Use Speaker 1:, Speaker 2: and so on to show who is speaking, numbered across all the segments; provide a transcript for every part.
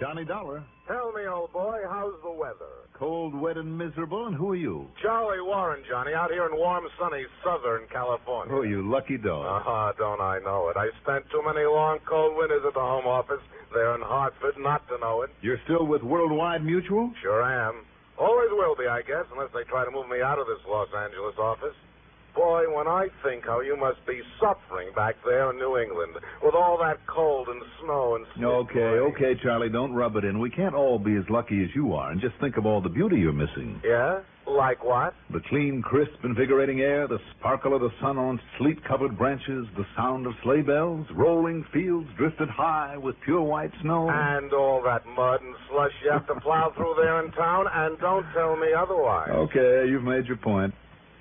Speaker 1: Johnny Dollar.
Speaker 2: Tell me, old boy, how's the weather?
Speaker 1: Cold, wet, and miserable, and who are you?
Speaker 2: Charlie Warren, Johnny, out here in warm, sunny Southern California.
Speaker 1: Oh, you lucky dog.
Speaker 3: Uh-huh.
Speaker 2: Ah, don't I know it? I spent too many long, cold winters at the home office there in Hartford not to know it.
Speaker 1: You're still with Worldwide Mutual?
Speaker 2: Sure am. Always will be, I guess, unless they try to move me out of this Los Angeles office. Boy, when I think how you must be suffering back there in New England with all that cold and snow and sleet
Speaker 1: Okay,
Speaker 2: rain.
Speaker 1: okay, Charlie, don't rub it in. We can't all be as lucky as you are, and just think of all the beauty you're missing.
Speaker 2: Yeah? Like what?
Speaker 1: The clean, crisp, invigorating air, the sparkle of the sun on sleet covered branches, the sound of sleigh bells, rolling fields drifted high with pure white snow.
Speaker 3: Ah.
Speaker 2: And all that mud and slush you have to plow through there in town, and don't tell me otherwise.
Speaker 1: Okay, you've made your point.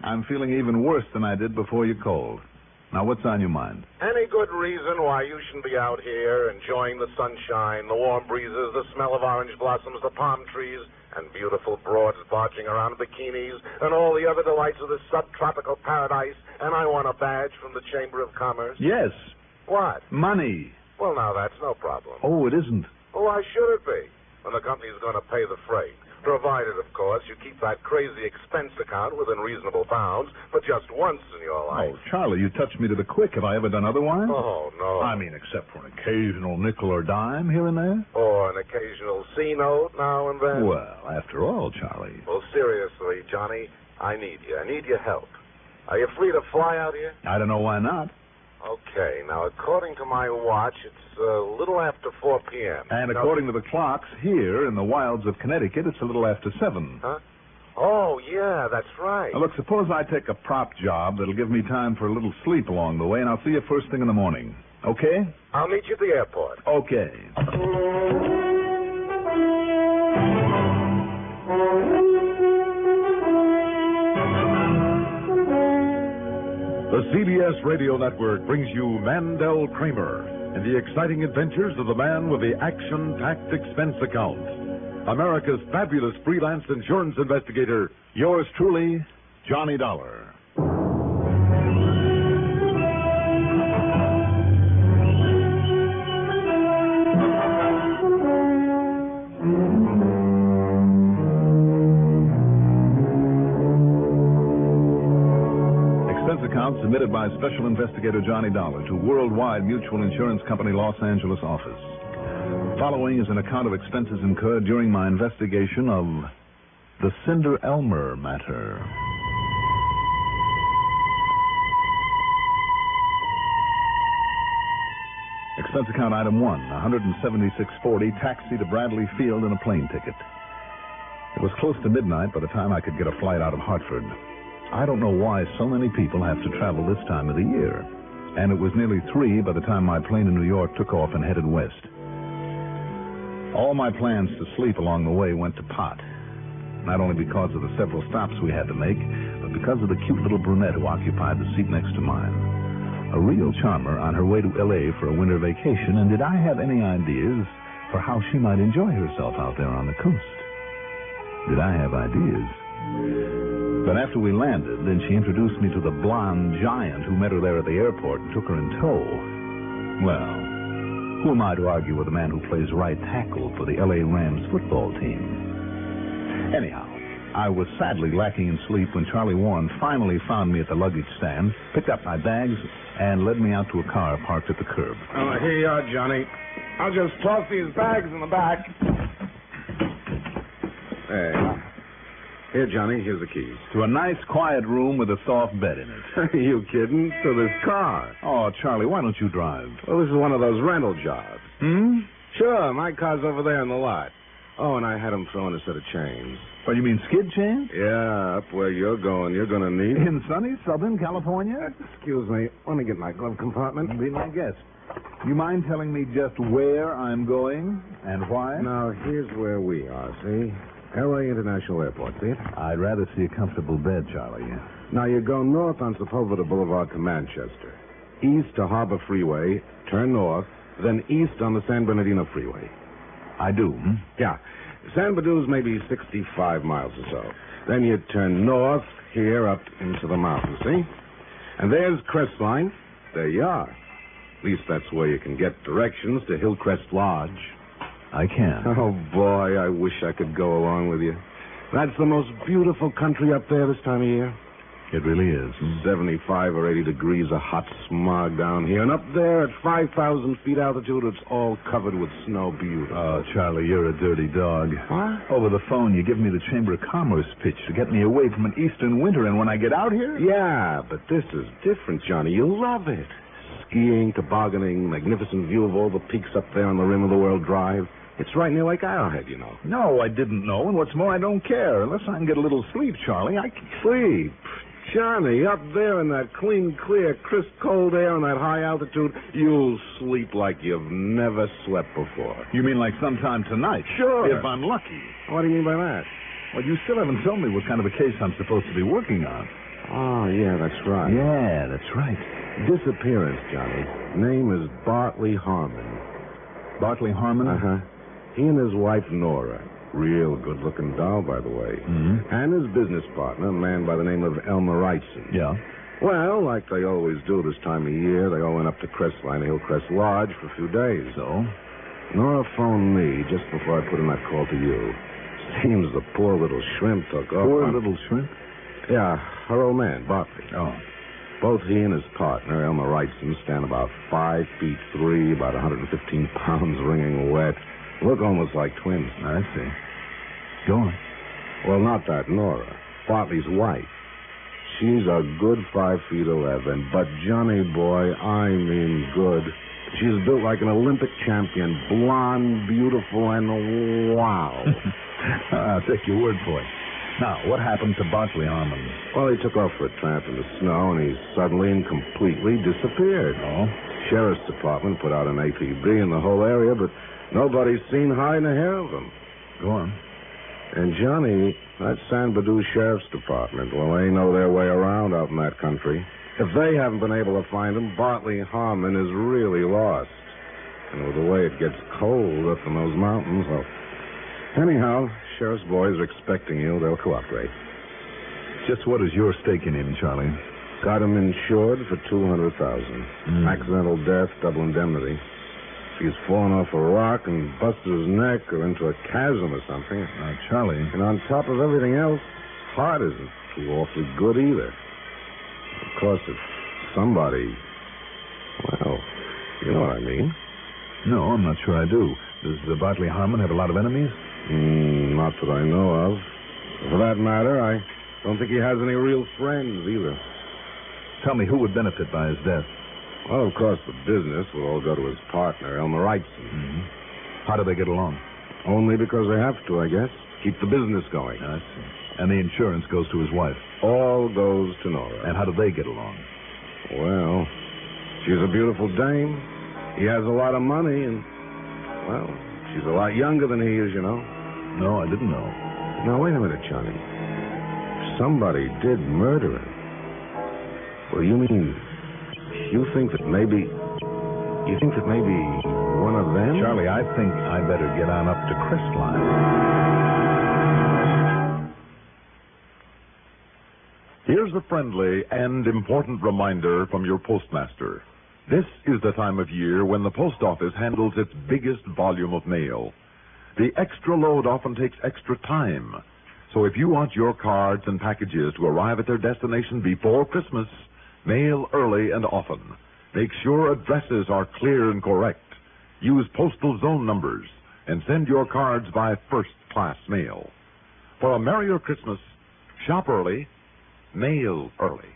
Speaker 1: I'm feeling even worse than I did before you called. Now, what's on your mind?
Speaker 2: Any good reason why you shouldn't be out here enjoying the sunshine, the warm breezes, the smell of orange blossoms, the palm trees, and beautiful broads barging around in bikinis, and all the other delights of this subtropical paradise, and I want a badge from the Chamber of Commerce?
Speaker 1: Yes,
Speaker 2: What?
Speaker 1: money.
Speaker 2: Well, now that's no problem.
Speaker 1: Oh, it isn't.
Speaker 2: Well, why should it be? When the company's going to pay the freight. Provided, of course, you keep that crazy expense account within reasonable bounds, but just once in your life.
Speaker 1: Oh, Charlie, you touched me to the quick. Have I ever done otherwise?
Speaker 2: Oh, no.
Speaker 1: I mean, except for an occasional nickel or dime here and there.
Speaker 2: Or Oh, an occasional C note now and then.
Speaker 1: Well, after all, Charlie.
Speaker 2: Well, seriously, Johnny, I need you. I need your help. Are you free to fly out here?
Speaker 1: I don't know why not.
Speaker 2: Okay. Now, according to my watch, it's a little after 4 p.m.
Speaker 1: And
Speaker 2: No-
Speaker 1: according to the clocks here in the wilds of Connecticut, it's a little after seven.
Speaker 2: Huh? Oh, yeah, that's right.
Speaker 1: Now, look, suppose I take a prop job that'll give me time for a little sleep along the way, and I'll see you first thing in the morning. Okay?
Speaker 2: I'll meet you at the airport.
Speaker 1: Okay.
Speaker 4: The CBS Radio Network brings you Mandel Kramer and the exciting adventures of the man with the action packed expense account. America's fabulous freelance insurance investigator, yours truly,
Speaker 1: Johnny Dollar. Expense account submitted by Special Investigator Johnny Dollar to Worldwide Mutual Insurance Company Los Angeles office. Following is an account of expenses incurred during my investigation of the Cinder Elmer matter. Expense account item one, 17640, taxi to Bradley Field and a plane ticket. It was close to midnight by the time I could get a flight out of Hartford. I don't know why so many people have to travel this time of the year. And it was nearly three by the time my plane in New York took off and headed west. All my plans to sleep along the way went to pot. Not only because of the several stops we had to make, but because of the cute little brunette who occupied the seat next to mine. A real charmer on her way to L.A. for a winter vacation, and did I have any ideas for how she might enjoy herself out there on the coast? Did I have ideas? But after we landed, then she introduced me to the blonde giant who met her there at the airport and took her in tow. Well, who am I to argue with a man who plays right tackle for the L.A. Rams football team? Anyhow, I was sadly lacking in sleep when Charlie Warren finally found me at the luggage stand, picked up my bags, and led me out to a car parked at the curb.
Speaker 3: Uh, here you are, Johnny. I'll just toss these bags in the back. Hey. Here, Johnny, here's the keys.
Speaker 1: To a nice, quiet room with a soft bed in it.
Speaker 3: Are you kidding? To this car.
Speaker 1: Oh, Charlie, why don't you drive?
Speaker 3: Well, this is one of those rental jobs.
Speaker 1: Hmm?
Speaker 3: Sure, my car's over there in the lot. Oh, and I had him throw in a set of chains.
Speaker 1: Well, you mean skid chains?
Speaker 3: Yeah, up where you're going, you're going to need
Speaker 1: In sunny Southern California?
Speaker 3: Excuse me. Let me get my glove compartment.
Speaker 1: Be my guest. You mind telling me just where I'm going and why?
Speaker 3: Now, here's where we are, see? L.A. International Airport, see it?
Speaker 1: I'd rather see a comfortable bed, Charlie.
Speaker 3: Now, you go north on Sepulveda Boulevard to Manchester, east to Harbor Freeway, turn north, then east on the San Bernardino Freeway.
Speaker 1: I do. Hmm?
Speaker 3: Yeah. San Bernardino's maybe 65 miles or so. Then you turn north here up into the mountains, see? And there's Crestline. There you are. At least that's where you can get directions to Hillcrest Lodge.
Speaker 1: I can.
Speaker 3: Oh, boy, I wish I could go along with you. That's the most beautiful country up there this time of year.
Speaker 1: It really is.
Speaker 3: 75 or 80 degrees of hot smog down here. And up there at 5,000 feet altitude, it's all covered with snow. Beautiful.
Speaker 1: Oh, Charlie, you're a dirty dog.
Speaker 3: Huh?
Speaker 1: Over the phone, you give me the Chamber of Commerce pitch to get me away from an eastern winter, and when I get out here,
Speaker 3: Yeah, but this is different, Johnny. You love it. Skiing, tobogganing, magnificent view of all the peaks up there on the rim of the world drive. It's right near Lake Arrowhead, you know.
Speaker 1: No, I didn't know, and what's more, I don't care. Unless I can get a little sleep, Charlie, I can...
Speaker 3: Sleep. Johnny, up there in that clean, clear, crisp, cold air on that high altitude, you'll sleep like you've never slept before.
Speaker 1: You mean like sometime tonight?
Speaker 3: Sure.
Speaker 1: If I'm lucky.
Speaker 3: What do you mean by that?
Speaker 1: Well, you still haven't told me what kind of a case I'm supposed to be working on.
Speaker 3: Oh, yeah, that's right.
Speaker 1: Yeah, that's right.
Speaker 3: Disappearance, Johnny. Name is Bartley Harmon.
Speaker 1: Bartley Harmon?
Speaker 3: Uh huh. He and his wife, Nora. Real good looking doll, by the way.
Speaker 1: hmm
Speaker 3: And his business partner, a man by the name of Elmer Wrightson.
Speaker 1: Yeah.
Speaker 3: Well, like they always do this time of year, they all went up to Crestline Hillcrest Lodge for a few days.
Speaker 1: So?
Speaker 3: Nora phoned me just before I put in that call to you. Seems the poor little shrimp took off.
Speaker 1: Poor
Speaker 3: on-
Speaker 1: little shrimp.
Speaker 3: Yeah, her old man, Bartley.
Speaker 1: Oh.
Speaker 3: Both he and his partner, Elmer Wrightson, stand about five feet three, about 115 pounds, wringing wet. Look almost like twins.
Speaker 1: I see. Go on.
Speaker 3: Well, not that Nora. Bartley's wife. She's a good five feet eleven, but Johnny boy, I mean good. She's built like an Olympic champion, blonde, beautiful, and wow.
Speaker 1: I'll take your word for it. Now, what happened to Bartley Harmon?
Speaker 3: well, he took off for a tramp in the snow, and he suddenly and completely disappeared.
Speaker 1: Oh?
Speaker 3: Sheriff's Department put out an APB in the whole area, but nobody's seen hide nor hair of him.
Speaker 1: Go on.
Speaker 3: And Johnny, that San Badu Sheriff's Department, well, they know their way around out in that country. If they haven't been able to find him, Bartley Harmon is really lost. And with the way it gets cold up in those mountains, well, anyhow, Sheriff's boys are expecting you. They'll cooperate.
Speaker 1: Just what is your stake in him, Charlie?
Speaker 3: Got him insured for two hundred thousand.
Speaker 1: Mm.
Speaker 3: Accidental death, double indemnity. If he's fallen off a rock and busted his neck or into a chasm or something.
Speaker 1: Now, Uh, Charlie.
Speaker 3: And on top of everything else, his heart isn't too awfully good either. Of course, if somebody. Well, you know what I mean.
Speaker 1: No, I'm not sure I do. Does uh, Bartley Harmon have a lot of enemies?
Speaker 3: Mm, not that I know of. For that matter, I don't think he has any real friends either.
Speaker 1: Tell me who would benefit by his death.
Speaker 3: Well, of course, the business will all go to his partner, Elmer Wrightson.
Speaker 1: Mm-hmm. How do they get along?
Speaker 3: Only because they have to, I guess. Keep the business going.
Speaker 1: I see. And the insurance goes to his wife.
Speaker 3: All goes to
Speaker 1: And
Speaker 3: Nora.
Speaker 1: how do they get along?
Speaker 3: Well, she's a beautiful dame. He has a lot of money, and, well, she's a lot younger than he is, you know.
Speaker 1: No, I didn't know.
Speaker 3: Now, wait a minute, Johnny. Somebody did murder him. Well, you mean you think that maybe. You think that maybe one of them.
Speaker 1: Charlie, I think I better get on up to Crestline.
Speaker 4: Here's a friendly and important reminder from your postmaster. This is the time of year when the post office handles its biggest volume of mail. The extra load often takes extra time. So if you want your cards and packages to arrive at their destination before Christmas, mail early and often. Make sure addresses are clear and correct. Use postal zone numbers and send your cards by first class mail. For a merrier Christmas, shop early mail early.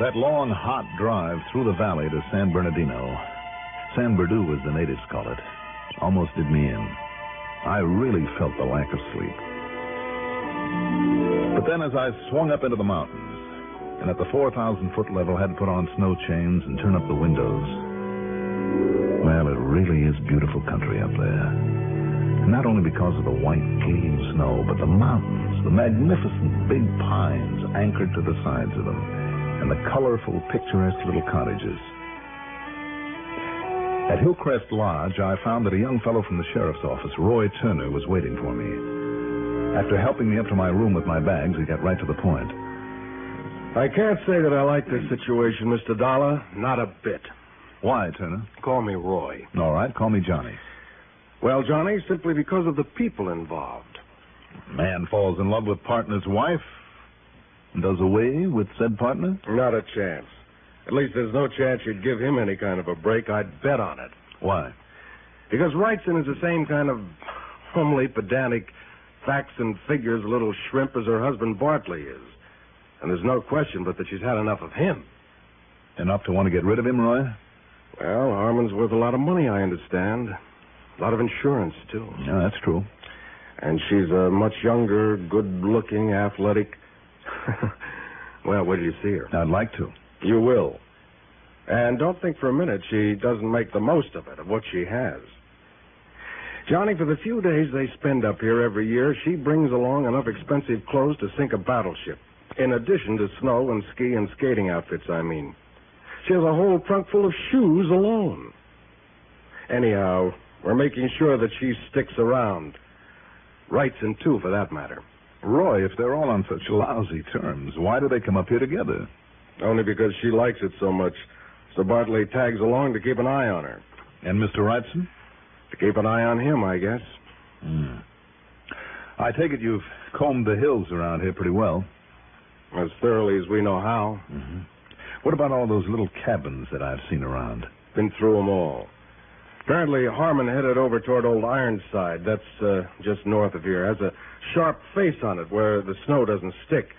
Speaker 1: That long, hot drive through the valley to San Bernardino. San Berdu, as the natives call it, almost did me in. I really felt the lack of sleep. But then, as I swung up into the mountains, and at the 4,000 foot level had to put on snow chains and turn up the windows, well, it really is beautiful country up there. Not only because of the white, clean snow, but the mountains, the magnificent big pines anchored to the sides of them, and the colorful, picturesque little cottages. At Hillcrest Lodge, I found that a young fellow from the sheriff's office, Roy Turner, was waiting for me. After helping me up to my room with my bags, he got right to the point.
Speaker 3: I can't say that I like this situation, Mr. Dollar. Not a bit.
Speaker 1: Why, Turner?
Speaker 3: Call me Roy.
Speaker 1: All right, call me Johnny.
Speaker 3: Well, Johnny, simply because of the people involved.
Speaker 1: Man falls in love with partner's wife and does away with said partner?
Speaker 3: Not a chance. At least there's no chance you'd give him any kind of a break. I'd bet on it.
Speaker 1: Why?
Speaker 3: Because Wrightson is the same kind of homely, pedantic, facts and figures little shrimp as her husband Bartley is. And there's no question but that she's had enough of him.
Speaker 1: Enough to want to get rid of him, Roy?
Speaker 3: Well, Harmon's worth a lot of money, I understand. A lot of insurance, too.
Speaker 1: Yeah, that's true.
Speaker 3: And she's a much younger, good looking, athletic. well, where do you see her?
Speaker 1: I'd like to.
Speaker 3: You will. And don't think for a minute she doesn't make the most of it, of what she has. Johnny, for the few days they spend up here every year, she brings along enough expensive clothes to sink a battleship, in addition to snow and ski and skating outfits, I mean. She has a whole trunk full of shoes alone. Anyhow, we're making sure that she sticks around. Rights and two, for that matter.
Speaker 1: Roy, if they're all on such lousy terms, why do they come up here together?
Speaker 3: Only because she likes it so much. So Bartley tags along to keep an eye on her.
Speaker 1: And Mr. Wrightson?
Speaker 3: To keep an eye on him, I guess.
Speaker 1: Hmm. I take it you've combed the hills around here pretty well.
Speaker 3: As thoroughly as we know how.
Speaker 1: Mm-hmm. What about all those little cabins that I've seen around?
Speaker 3: Been through 'em all. Apparently, Harmon headed over toward Old Ironside. That's uh, just north of here. Has a sharp face on it where the snow doesn't stick.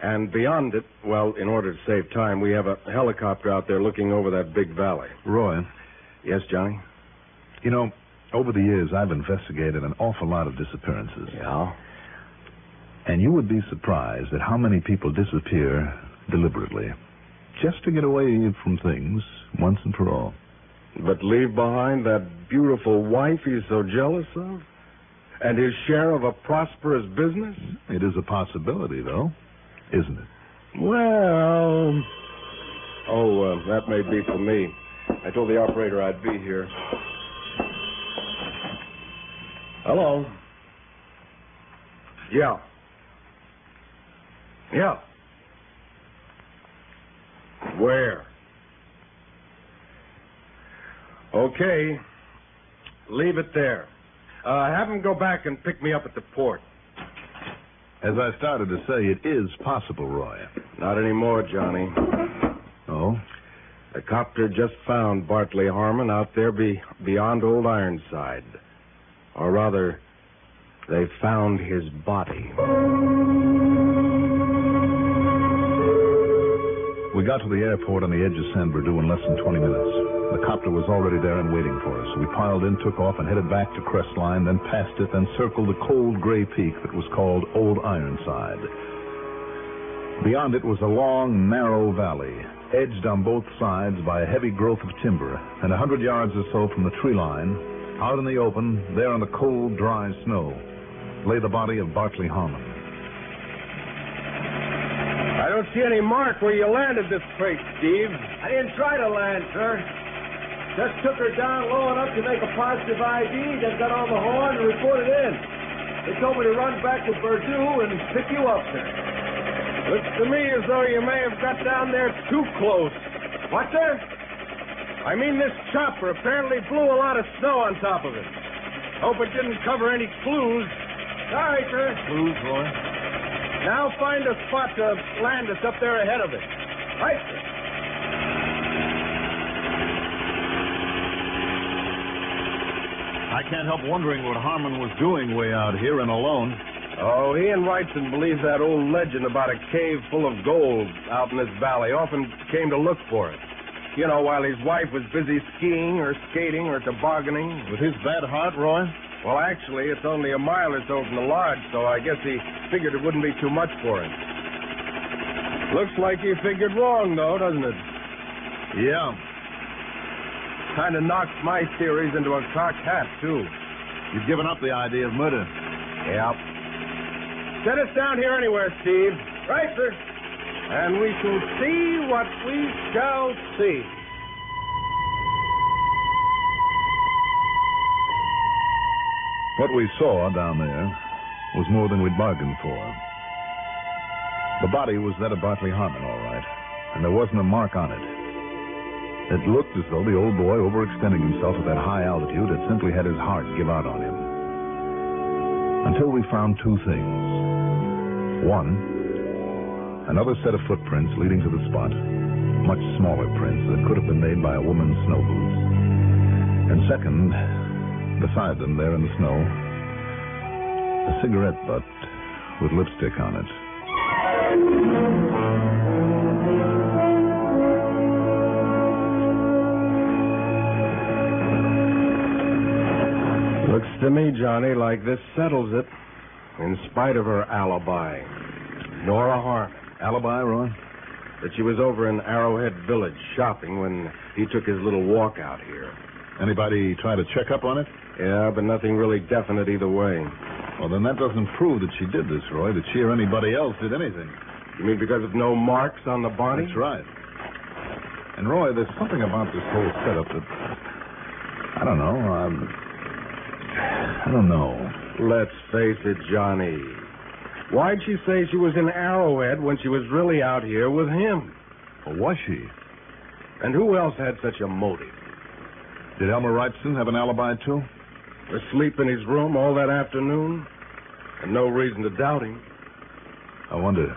Speaker 3: And beyond it, well, in order to save time, we have a helicopter out there looking over that big valley.
Speaker 1: Roy,
Speaker 3: Yes, Johnny?
Speaker 1: you know, over the years I've investigated an awful lot of disappearances.
Speaker 3: Yeah.
Speaker 1: And you would be surprised at how many people disappear deliberately, just to get away from things once and for all.
Speaker 3: But leave behind that beautiful wife he's so jealous of? And his share of a prosperous business?
Speaker 1: It is a possibility, though, isn't it?
Speaker 3: Well. Oh, uh, that may be for me. I told the operator I'd be here. Hello. Yeah. Yeah. Where? Okay. Leave it there. Uh, have him go back and pick me up at the port.
Speaker 1: As I started to say, it is possible, Roy.
Speaker 3: Not anymore, Johnny.
Speaker 1: Oh?
Speaker 3: The copter just found Bartley Harmon out there be- beyond Old Ironside. Or rather, they found his body.
Speaker 1: We got to the airport on the edge of San Berdou in less than 20 minutes. The copter was already there and waiting for us. We piled in, took off, and headed back to Crestline, then past it, then circled the cold gray peak that was called Old Ironside. Beyond it was a long, narrow valley, edged on both sides by a heavy growth of timber, and a hundred yards or so from the tree line, out in the open, there on the cold, dry snow, lay the body of Bartley Harmon.
Speaker 3: I don't see any mark where you landed this crate, Steve. I didn't try to land, sir. Just took her down low enough to make a positive ID, then got on the horn and reported in. They told me to run back to Verdue and pick you up, sir. Looks to me as though you may have got down there too close. What, sir? I mean, this chopper apparently blew a lot of snow on top of it. Hope it didn't cover any clues. Sorry, sir. Clues, Roy? Now find a spot to land us up there ahead of it. Right, sir.
Speaker 1: I can't help wondering what Harmon was doing way out here and alone.
Speaker 3: Oh, he and Wrightson believed that old legend about a cave full of gold out in this valley. Often came to look for it. You know, while his wife was busy skiing or skating or tobogganing.
Speaker 1: With his bad heart, Roy?
Speaker 3: Well, actually, it's only a mile or so from the lodge, so I guess he figured it wouldn't be too much for him. Looks like he figured wrong, though, doesn't it?
Speaker 1: Yeah.
Speaker 3: Kind of knocks my theories into a cocked hat, too.
Speaker 1: You've given up the idea of murder.
Speaker 3: Yep. Set us down here anywhere, Steve. Right, sir. And we shall see what we shall see.
Speaker 1: What we saw down there was more than we'd bargained for. The body was that of Bartley Harmon, all right, and there wasn't a mark on it. It looked as though the old boy, overextending himself at that high altitude, had simply had his heart give out on him. Until we found two things. One, another set of footprints leading to the spot, much smaller prints that could have been made by a woman's snow boots. And second, beside them there in the snow, a cigarette butt with lipstick on it.
Speaker 3: Looks to me, Johnny, like this settles it. In spite of her alibi. Nora Harmon.
Speaker 1: Alibi, Roy?
Speaker 3: That she was over in Arrowhead Village shopping when he took his little walk out here.
Speaker 1: Anybody try to check up on it?
Speaker 3: Yeah, but nothing really definite either way.
Speaker 1: Well, then that doesn't prove that she did this, Roy, that she or anybody else did anything.
Speaker 3: You mean because of no marks on the body?
Speaker 1: That's right. And, Roy, there's something about this whole setup that. I don't know. I'm... I don't know.
Speaker 3: Let's face it, Johnny. Why'd she say she was in Arrowhead when she was really out here with him?
Speaker 1: Or was she?
Speaker 3: And who else had such a motive?
Speaker 1: Did Elmer Wrightson have an alibi, too?
Speaker 3: Asleep in his room all that afternoon? And no reason to doubt him.
Speaker 1: I wonder.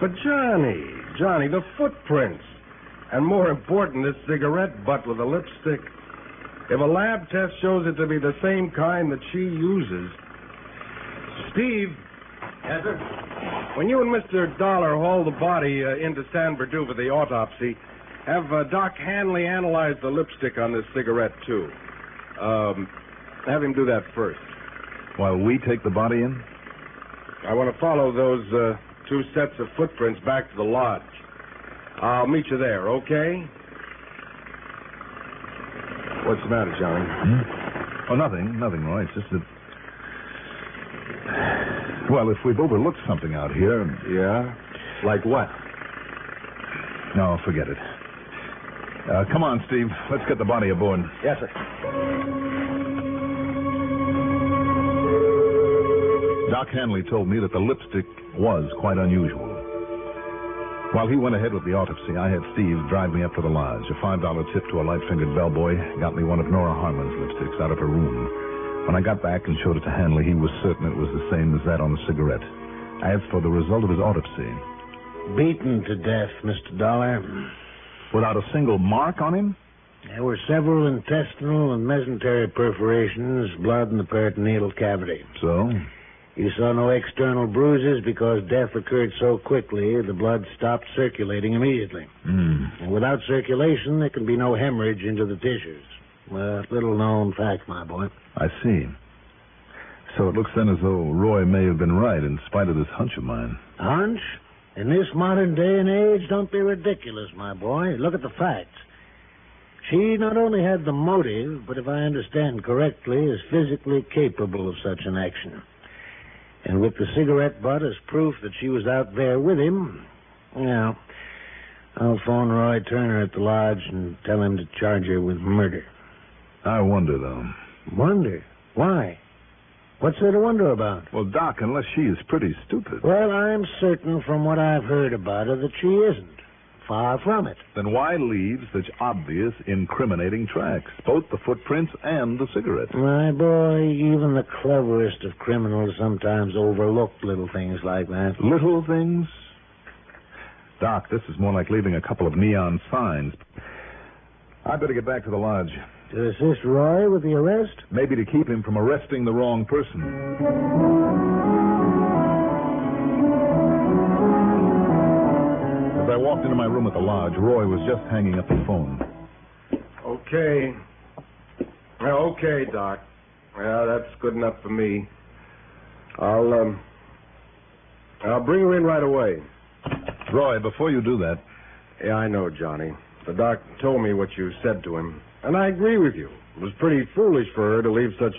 Speaker 3: But Johnny, Johnny, the footprints. And more important, this cigarette butt with a lipstick. If a lab test shows it to be the same kind that she uses. Steve.
Speaker 5: Yes, sir?
Speaker 3: When you and Mr. Dollar haul the body uh, into San Perdue for the autopsy, have uh, Doc Hanley analyze the lipstick on this cigarette, too. Um, have him do that first.
Speaker 1: While we take the body in?
Speaker 3: I want to follow those uh, two sets of footprints back to the lodge. I'll meet you there, okay? What's the matter, Johnny?
Speaker 1: Hmm? Oh, nothing. Nothing, Roy. It's just that. Well, if we've overlooked something out here.
Speaker 3: Yeah? Like what?
Speaker 1: No, forget it. Uh, come on, Steve. Let's get the body aboard.
Speaker 3: Yes, sir.
Speaker 1: Doc Hanley told me that the lipstick was quite unusual. While he went ahead with the autopsy, I had Steve drive me up to the lodge. A $5 tip to a light fingered bellboy got me one of Nora Harmon's lipsticks out of her room. When I got back and showed it to Hanley, he was certain it was the same as that on the cigarette. As for the result of his autopsy.
Speaker 5: Beaten to death, Mr. Dollar.
Speaker 1: Without a single mark on him?
Speaker 5: There were several intestinal and mesentery perforations, blood in the peritoneal cavity.
Speaker 1: So?
Speaker 5: You saw no external bruises because death occurred so quickly, the blood stopped circulating immediately.
Speaker 1: Mm.
Speaker 5: And without circulation, there can be no hemorrhage into the tissues. Uh, little known fact, my boy.
Speaker 1: I see. So it looks then as though Roy may have been right in spite of this hunch of mine.
Speaker 5: Hunch? In this modern day and age, don't be ridiculous, my boy. Look at the facts. She not only had the motive, but if I understand correctly, is physically capable of such an action. And with the cigarette butt as proof that she was out there with him, yeah, I'll phone Roy Turner at the lodge and tell him to charge her with murder.
Speaker 1: I wonder, though.
Speaker 5: Wonder? Why? What's there to wonder about?
Speaker 1: Well, Doc, unless she is pretty stupid.
Speaker 5: Well, I'm certain from what I've heard about her that she isn't. Far from it.
Speaker 1: Then why leave such obvious incriminating tracks? Both the footprints and the cigarette.
Speaker 5: My boy, even the cleverest of criminals sometimes overlook little things like that.
Speaker 1: Little things? Doc, this is more like leaving a couple of neon signs. I better get back to the lodge.
Speaker 5: To assist Roy with the arrest?
Speaker 1: Maybe to keep him from arresting the wrong person. I walked into my room at the lodge, Roy was just hanging up the phone.
Speaker 3: Okay. Okay, Doc. Yeah, that's good enough for me. I'll, um, I'll bring her in right away.
Speaker 1: Roy, before you do that.
Speaker 3: Yeah, I know, Johnny. The doc told me what you said to him, and I agree with you. It was pretty foolish for her to leave such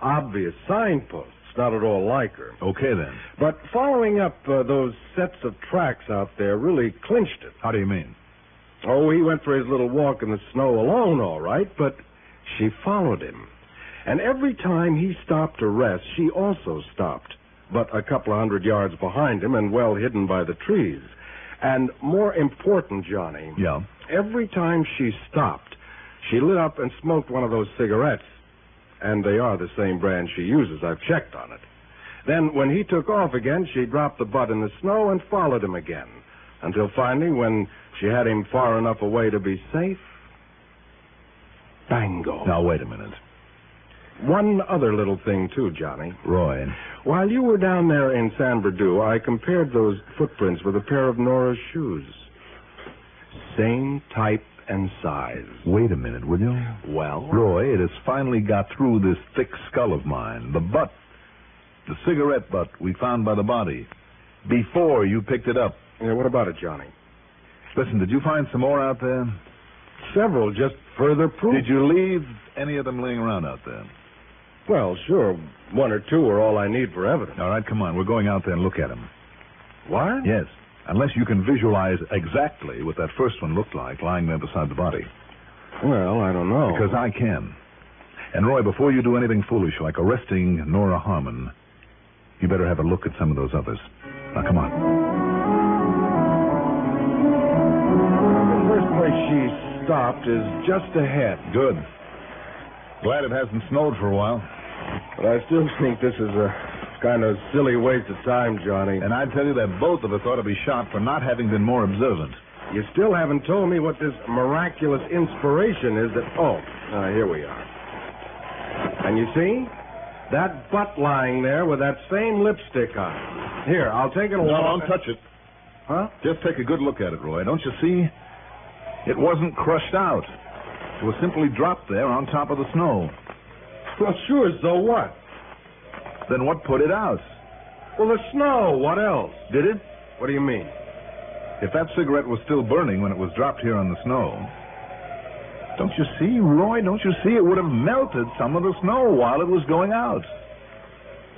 Speaker 3: obvious signposts not at all like her.
Speaker 1: Okay, then.
Speaker 3: But following up uh, those sets of tracks out there really clinched it.
Speaker 1: How do you mean?
Speaker 3: Oh, he went for his little walk in the snow alone, all right, but she followed him. And every time he stopped to rest, she also stopped. but a couple of hundred yards behind him and well hidden by the trees. And more important, Johnny,
Speaker 1: Yeah.
Speaker 3: every time she stopped, she lit up and smoked one of those cigarettes. And they are the same brand she uses. I've checked on it. Then, when he took off again, she dropped the butt in the snow and followed him again. Until finally, when she had him far enough away to be safe, bango.
Speaker 1: Now, wait a minute.
Speaker 3: One other little thing, too, Johnny.
Speaker 1: Roy,
Speaker 3: While you were down there in San Berdu, I compared those footprints with a pair of Nora's shoes. Same type and size.
Speaker 1: wait a minute, will you?
Speaker 3: Well,
Speaker 1: Roy, it has finally got through this thick skull of mine. The butt, the cigarette butt we found by the body, before you picked it up.
Speaker 3: yeah, what about it, Johnny?
Speaker 1: Listen, did you find some more out there?
Speaker 3: Several just further proof.
Speaker 1: Did you leave any of them laying around out there?
Speaker 3: Well, sure. One or two are all I need for evidence.
Speaker 1: All right, come on. We're going out there and look at them.
Speaker 3: What?
Speaker 1: Yes. Unless you can visualize exactly what that first one looked like lying there beside the body.
Speaker 3: Well, I don't know.
Speaker 1: Because I can. And Roy, before you do anything foolish like arresting Nora Harmon, you better have a look at some of those others. Now, come on.
Speaker 3: the first place she stopped is just ahead.
Speaker 1: Good. Glad it hasn't snowed for a while.
Speaker 3: But I still think this is a kind of silly waste of time, Johnny.
Speaker 1: And I tell you that both of us ought to be shot for not having been more observant.
Speaker 3: You still haven't told me what this miraculous inspiration is that. Oh, ah, here we are. And you see? That butt lying there with that same lipstick on. Here, I'll take it along.
Speaker 1: touch it.
Speaker 3: Huh?
Speaker 1: Just take a good look at it, Roy. Don't you see? It wasn't crushed out. It was simply dropped there on top of the snow.
Speaker 3: Well, sure, so what?
Speaker 1: Then what put it out?
Speaker 3: Well, the snow, what else?
Speaker 1: Did it?
Speaker 3: What do you mean?
Speaker 1: If that cigarette was still burning when it was dropped here on the snow. Don't you see, Roy? Don't you see? It would have melted some of the snow while it was going out.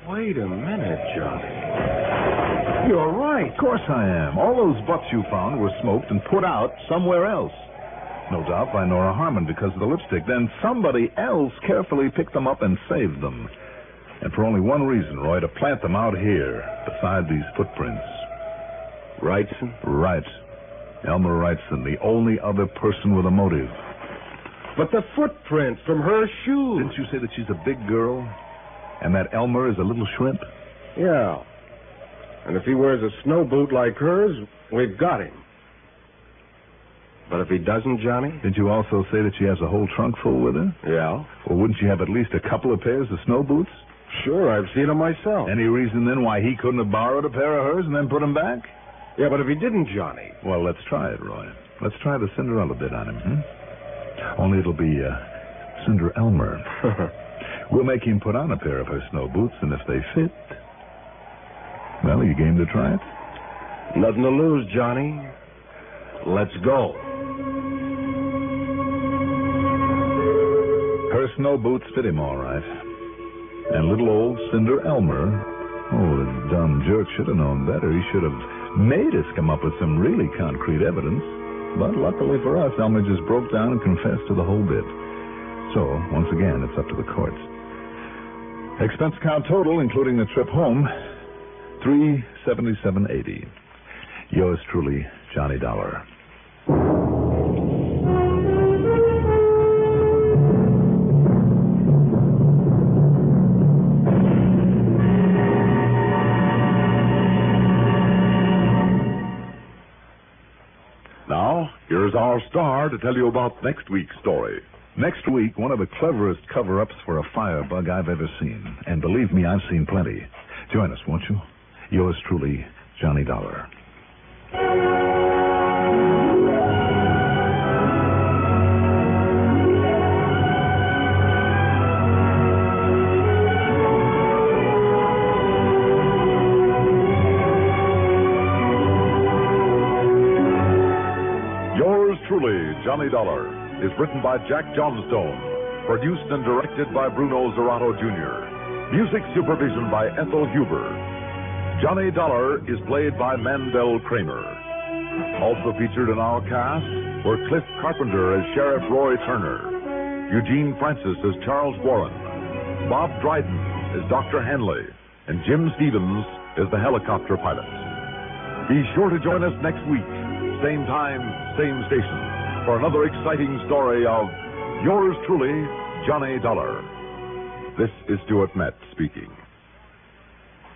Speaker 3: Wait a minute, Johnny. You're right.
Speaker 1: Of course I am. All those butts you found were smoked and put out somewhere else. No doubt by Nora Harmon because of the lipstick. Then somebody else carefully picked them up and saved them. And for only one reason, Roy, to plant them out here beside these footprints.
Speaker 3: Wrightson?
Speaker 1: Right. Elmer Wrightson, the only other person with a motive.
Speaker 3: But the footprints from her shoes.
Speaker 1: Didn't you say that she's a big girl? And that Elmer is a little shrimp?
Speaker 3: Yeah. And if he wears a snow boot like hers, we've got him. But if he doesn't, Johnny?
Speaker 1: Didn't you also say that she has a whole trunk full with her?
Speaker 3: Yeah.
Speaker 1: Well, wouldn't she have at least a couple of pairs of snow boots?
Speaker 3: Sure, I've seen him myself.
Speaker 1: Any reason then why he couldn't have borrowed a pair of hers and then put them back?
Speaker 3: Yeah, but if he didn't, Johnny.
Speaker 1: Well, let's try it, Roy. Let's try the Cinderella bit on him, hmm? Only it'll be, uh, Cinder Elmer. We'll make him put on a pair of her snow boots, and if they fit. Well, you game to try it?
Speaker 3: Nothing to lose, Johnny. Let's go.
Speaker 1: Her snow boots fit him all right. And little old Cinder Elmer. Oh, the dumb jerk should have known better. He should have made us come up with some really concrete evidence. But luckily for us, Elmer just broke down and confessed to the whole bit. So, once again, it's up to the courts. Expense count total, including the trip home, three seventy-seven eighty. Yours truly, Johnny Dollar.
Speaker 6: Now, here's our star to tell you about next week's story.
Speaker 1: Next week, one of the cleverest cover ups for a firebug I've ever seen. And believe me, I've seen plenty. Join us, won't you? Yours truly, Johnny Dollar.
Speaker 6: Yours truly, Johnny Dollar, is written by Jack Johnstone, produced and directed by Bruno Zerato Jr., music supervision by Ethel Huber. Johnny Dollar is played by Mandel Kramer. Also featured in our cast were Cliff Carpenter as Sheriff Roy Turner, Eugene Francis as Charles Warren, Bob Dryden as Dr. Hanley,
Speaker 7: and Jim Stevens is the helicopter pilot. Be sure to join us next week, same time, same station, for another exciting story of yours truly, Johnny Dollar. This is Stuart Metz speaking.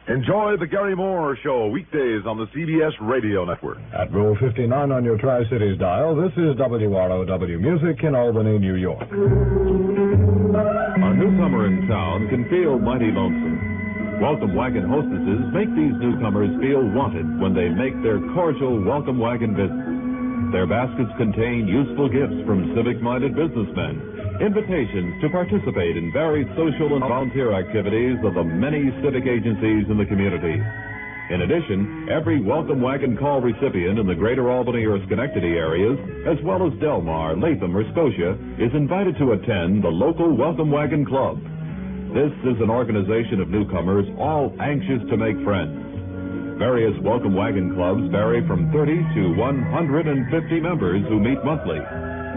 Speaker 7: Enjoy the Gary Moore Show weekdays on the CBS Radio Network.
Speaker 3: At Rule 59 on your Tri Cities dial, this is WROW Music in Albany, New York.
Speaker 1: A newcomer in town can feel mighty lonesome. Welcome wagon hostesses make these newcomers feel wanted when they make their cordial welcome wagon visits. Their baskets contain useful gifts from civic minded businessmen, invitations to participate in varied social and volunteer activities of the many civic agencies in the community. In addition, every welcome wagon call recipient in the greater Albany or Schenectady areas, as well as Delmar, Latham, or Scotia, is invited to attend the local Welcome Wagon Club. This is an organization of newcomers all anxious to make friends. Various Welcome Wagon Clubs vary from 30 to 150 members who meet monthly.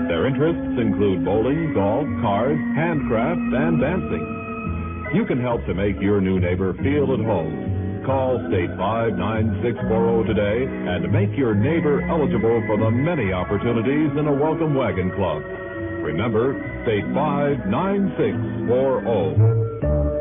Speaker 1: Their interests include bowling, golf, cars, handcrafts, and dancing. You can help to make your new neighbor feel at home. Call State 59640 today and make your neighbor eligible for the many opportunities in a Welcome oh. Wagon Club. Remember, State 59640.